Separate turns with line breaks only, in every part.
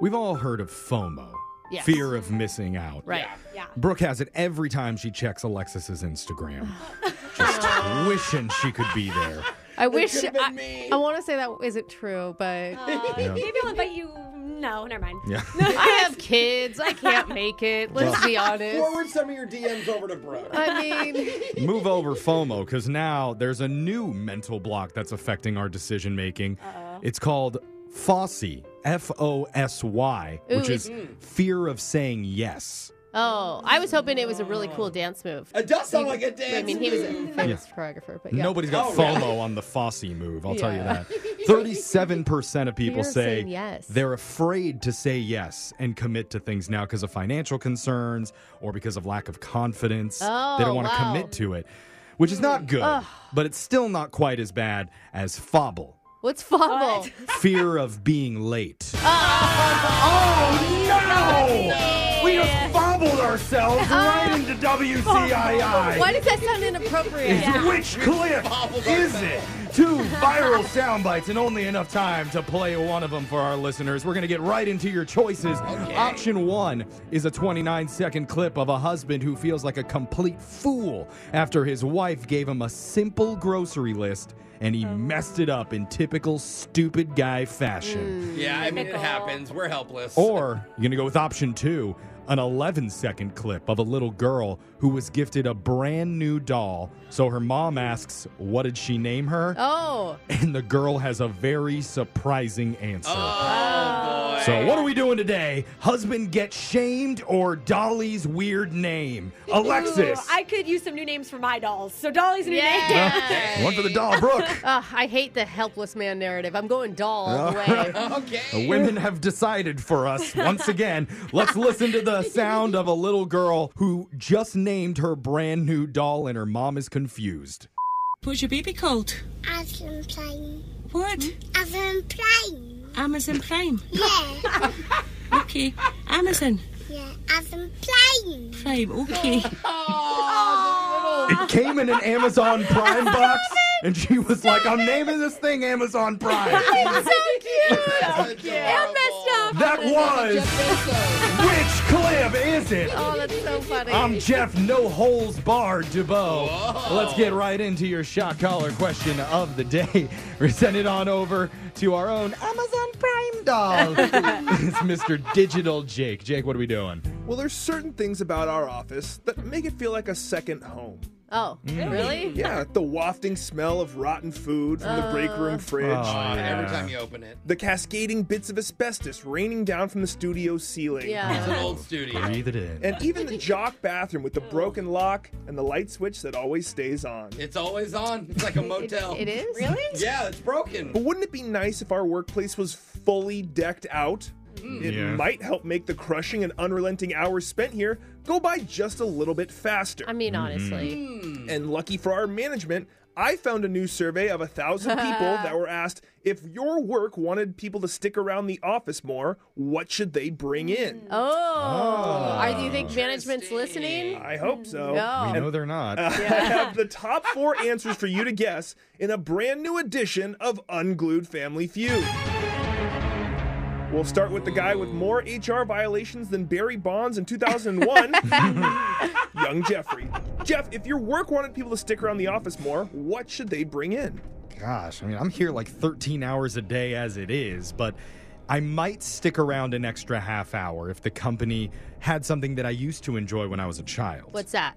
We've all heard of FOMO,
Yes.
fear of missing out.
Right.
Yeah.
Brooke has it every time she checks Alexis's Instagram. Just wishing she could be there.
I wish
could've been
I,
me.
I want to say that isn't true, but
Oh.
Yeah.
Maybe I'll invite you. No, never mind.
Yeah.
I have kids. I can't make it. Let's be honest.
Forward some of your DMs over to Brooke.
I mean,
Move over FOMO because now there's a new mental block that's affecting our decision making. It's called FOSSY, F O S Y, which
Ooh, Mm-hmm.
is fear of saying yes.
oh, I was hoping it was a really cool dance move.
It does sound like a dance.
I mean, he was a famous
Yeah.
choreographer, but yeah.
Nobody's got
Oh,
FOMO
really?
on the Fossy move, I'll tell you
Yeah.
that. 37% of people
Fear of
say
saying yes.
they're afraid to say yes and commit to things now because of financial concerns or because of lack of confidence.
Oh,
they don't want to
wow.
commit to it, which is not good, but it's still not quite as bad as FOBBLE,
What's fumble?
What?
fear of being late.
oh no! We have fumbled ourselves
Ah.
right into WCII.
Why does that sound inappropriate?
Which clip is it? Two viral sound bites and only enough time to play one of them for our listeners. We're going to get right into your choices. Option one is a 29 second clip of a husband who feels like a complete fool after his wife gave him a simple grocery list and he messed it up in typical stupid guy fashion.
Yeah, I mean, it
Typical.
happens. We're helpless.
Or you're going to go with option two, an 11 second clip of a little girl who was gifted a brand new doll. So her mom asks, What did she name her?
Oh,
And the girl has a very surprising answer.
oh, boy.
So, what are we doing today? Husband gets shamed or Dolly's weird name? Alexis.
Ooh, I could use some new names for my dolls. So Dolly's a new name.
yeah.
One for the doll, Brooke.
Ugh, I hate the helpless man narrative. I'm going doll all the way.
Okay.
The women have decided for us once again. Let's listen to the sound of a little girl who just named her brand new doll and her mom is confused.
What's your baby called?
Amazon Prime.
What?
Hmm? Amazon Prime.
Amazon Prime.
Yeah.
Okay. Amazon
yeah. Amazon Prime.
Prime. Okay.
It came in an Amazon Prime box and she was like, I'm naming this thing Amazon Prime.
So cute.
messed up.
That was. Which clip is it?
Oh, that's so funny.
I'm Jeff No Holes Barred Dubow. Let's get right into your shot collar question of the day. We're sending it on over to our own Amazon Prime doll. it's Mr. Digital Jake. Jake, what are we doing?
Well, there's certain things about our office that make it feel like a second home.
oh,
Mm.
really?
Yeah, the wafting smell of rotten food from the break room fridge,
Uh, Every
Yeah.
time you open it,
the cascading bits of asbestos raining down from the studio ceiling.
it's an
Yeah.
old studio.
Breathe it in.
And even the jock bathroom with the broken lock and the light switch that always stays on.
It's always on. It's like a
It-
motel.
it is?
Really?
Yeah, it's broken.
But wouldn't it be nice if our workplace was fully decked out? It
Yeah.
might help make the crushing and unrelenting hours spent here go by just a little bit faster.
I mean, honestly.
And lucky for our management, I found a new survey of a thousand people that were asked if your work wanted people to stick around the office more, what should they bring in?
Oh. Are, do you think management's listening? Oh,
I hope so.
No.
we know they're not.
I have the top four answers for you to guess in a brand new edition of Unglued Family Feud. We'll start with the guy with more HR violations than Barry Bonds in 2001, young Jeffrey. Jeff, if your work wanted people to stick around the office more, what should they bring in?
Gosh, I mean, I'm here like 13 hours a day as it is, but I might stick around an extra half hour if the company had something that I used to enjoy when I was a child.
What's that?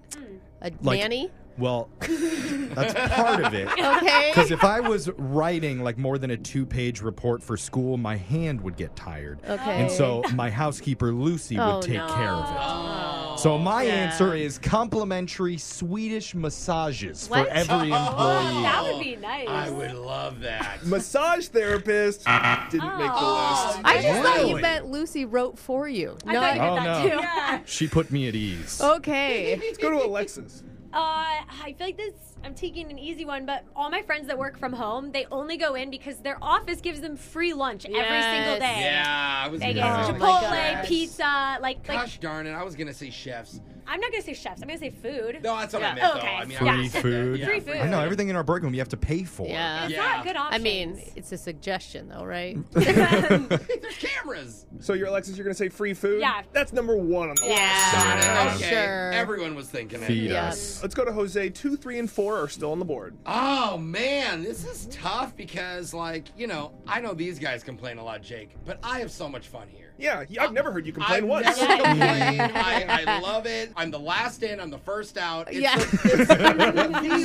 A
Like-
nanny?
Well, that's part of it.
Okay.
Because if I was writing like more than a two page report for school, my hand would get tired.
Okay.
And so my housekeeper, Lucy,
Oh,
would take
no. Oh.
care of it. So my
Yeah.
answer is complimentary Swedish massages
What? Oh,
for every employee.
That would
Oh,
be nice.
I would love that.
Massage therapist didn't make the list.
I just thought you
Really?
meant Lucy wrote for you.
I thought you
not-
did
Oh, no.
that too.
Yeah.
Oh,
She put me at ease.
Okay.
Let's go to Alexis.
Uh, I feel like this I'm taking an easy one, but all my friends that work from home, they only go in because their office gives them free lunch every single
Yes.
day.
Yeah, I was
They get
gonna
Oh
say-
my
Chipotle,
gosh.
pizza, like like
Gosh darn it! I was gonna say chefs.
I'm not gonna say chefs, I'm gonna say food.
No, that's what I
Yeah.
meant.
Okay.
Though. I mean,
Yeah.
I
Free
was-
food.
Yeah.
Free food.
I know everything in our break room you have to pay for.
Yeah.
It's
Yeah.
not good
I
options.
mean, it's just a suggestion, though, right?
There's cameras.
So you're Alexis, you're gonna say free food?
Yeah.
That's number one on the list.
Got it.
yeah.
Okay.
Oh, Sure.
Everyone was thinking it.
Feed
Yeah.
us.
Let's go to Jose. Two, three, and four are still on the board.
Oh man, this is tough because, like, you know, I know these guys complain a lot, Jake, but I have so much fun here.
Yeah, y- I've never heard you complain
I've
once.
never complained. I, I love it. I'm the last in. I'm the first out. It's
Yeah. Uh-huh.
the, it's the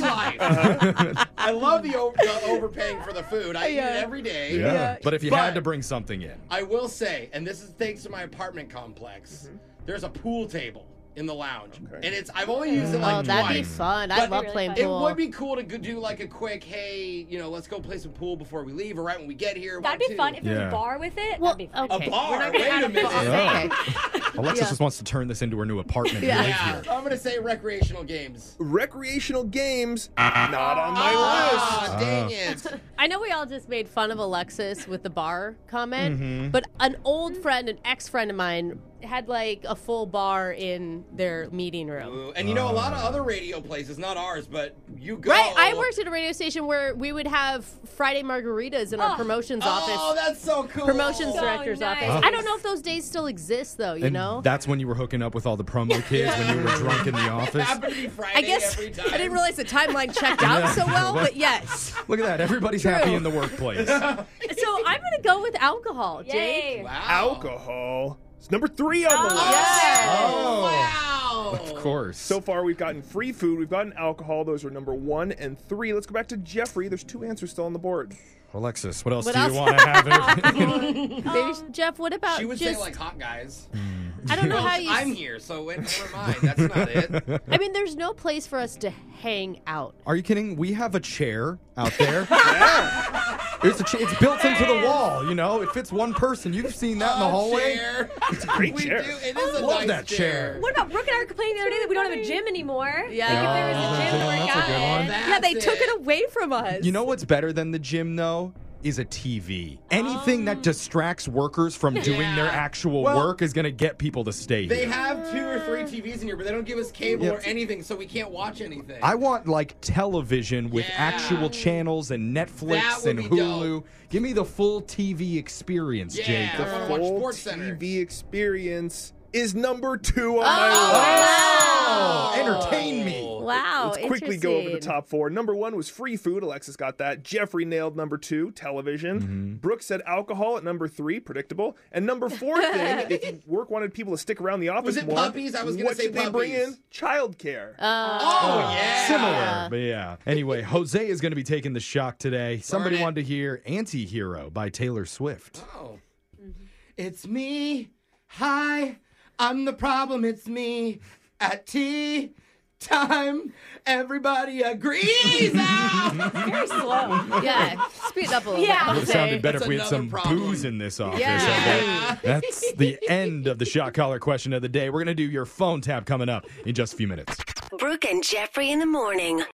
life. I love the, o- the overpaying for the food. I eat it every day.
But if you
But-
had to bring something in,
I will say, and this is thanks to my apartment complex,
Mm-hmm.
there's a pool table in the lounge,
Okay.
and it's I've only used it like
Oh, that'd be
twice.
fun. I
But
love
That'd be
playing
really
It
pool.
would be cool to go do like a quick, hey, you know, let's go play some pool before we leave or right when we get here.
That'd
one,
be
two.
fun if there was
Yeah.
a bar with it.
Well,
That'd be fun.
A
okay.
bar?
We're not
Wait a
gonna
minute.
have
Yeah.
a bar. Okay.
Alexis
Yeah.
just wants to turn this into her new apartment.
Yeah.
and live
Yeah,
here.
I'm gonna say recreational games.
Recreational games, not on my list.
Ah, dang it!
I know we all just made fun of Alexis with the bar comment,
Mm-hmm.
but an old friend, an ex friend of mine, had like a full bar in their meeting room.
Ooh, And you know, a lot of
Ah.
other radio places, not ours, but you go.
Right, I worked at a radio station where we would have Friday margaritas in our
Oh.
promotions
Oh,
office,
that's so cool.
promotions
So
director's
nice.
office. I don't know if those days still exist though. You
And
know,
that's when you were hooking up with all the promo kids when you were drunk in the office.
Happened to be Friday
I guess
every time.
I didn't realize the timeline checked out
Yeah.
so well, but yes.
Look at that. Everybody's happy in the workplace.
So I'm gonna go with alcohol, Jake.
Yay.
Wow.
Alcohol. It's number three on the list.
Oh.
Wow.
Of course.
So far, we've gotten free food, we've gotten alcohol. Those are number one and three. Let's go back to Jeffrey. There's two answers still on the board.
Alexis, what else
What
do
else?
you want to have? in-
Maybe Jeff, what about
She would
just
say like hot guys.
I don't know
Well,
how you
I'm here, so it, never mind. That's not it.
I mean, there's no place for us to hang out.
Are you kidding? We have a chair out there. It's, a cha- it's built into the wall, you know. It fits one person. You've seen that in
Oh,
the
A
hallway.
chair.
Great
We do.
chair.
It is a
Love
nice
that chair.
What about Brooke and I were complaining the other day that we don't have a gym anymore?
Yeah.
Like if there was
Oh,
a gym where
that's a good one.
guys-
yeah, they
That's
took it away from us.
You know what's better than the gym though is a TV. Anything
Oh.
that distracts workers from doing their actual
Well-
work is going to get people to stay
They
here.
have two or three TVs in here, but they don't give us cable
Yeah.
or anything, so we can't watch anything.
I want like television with
Yeah.
actual channels and
That
Netflix
would
and
be
Hulu.
dope.
Give me the full TV experience,
Yeah.
Jake.
The
I wanna watch
full
Sports Center.
TV experience is number two on my list.
Oh,
wow.
entertain me.
Wow.
Let's quickly go over the
interesting.
top four. Number one was free food. Alexis got that. Jeffrey nailed number two, television. Brooke said alcohol at number three, predictable. And number four thing, if you work wanted people to stick around the office
Was it
more,
puppies? I was gonna
what
say
should they bring
puppies.
in? Childcare.
oh, yeah.
Similar, but yeah. Anyway, Jose is going to be taking the shock today. Somebody
it.
wanted to hear Anti Hero by Taylor Swift.
Oh. It's me. Hi. I'm the problem. It's me. At tea time, everybody agrees. Ow!
Very slow.
Yeah. Speed it up a little
Yeah.
bit.
Would have sounded better
That's
if we had
another
some
problem.
booze in this office.
Yeah.
I bet. That's the end of the shot collar question of the day. We're going to do your phone tap coming up in just a few minutes.
Brooke and Jeffrey in the morning.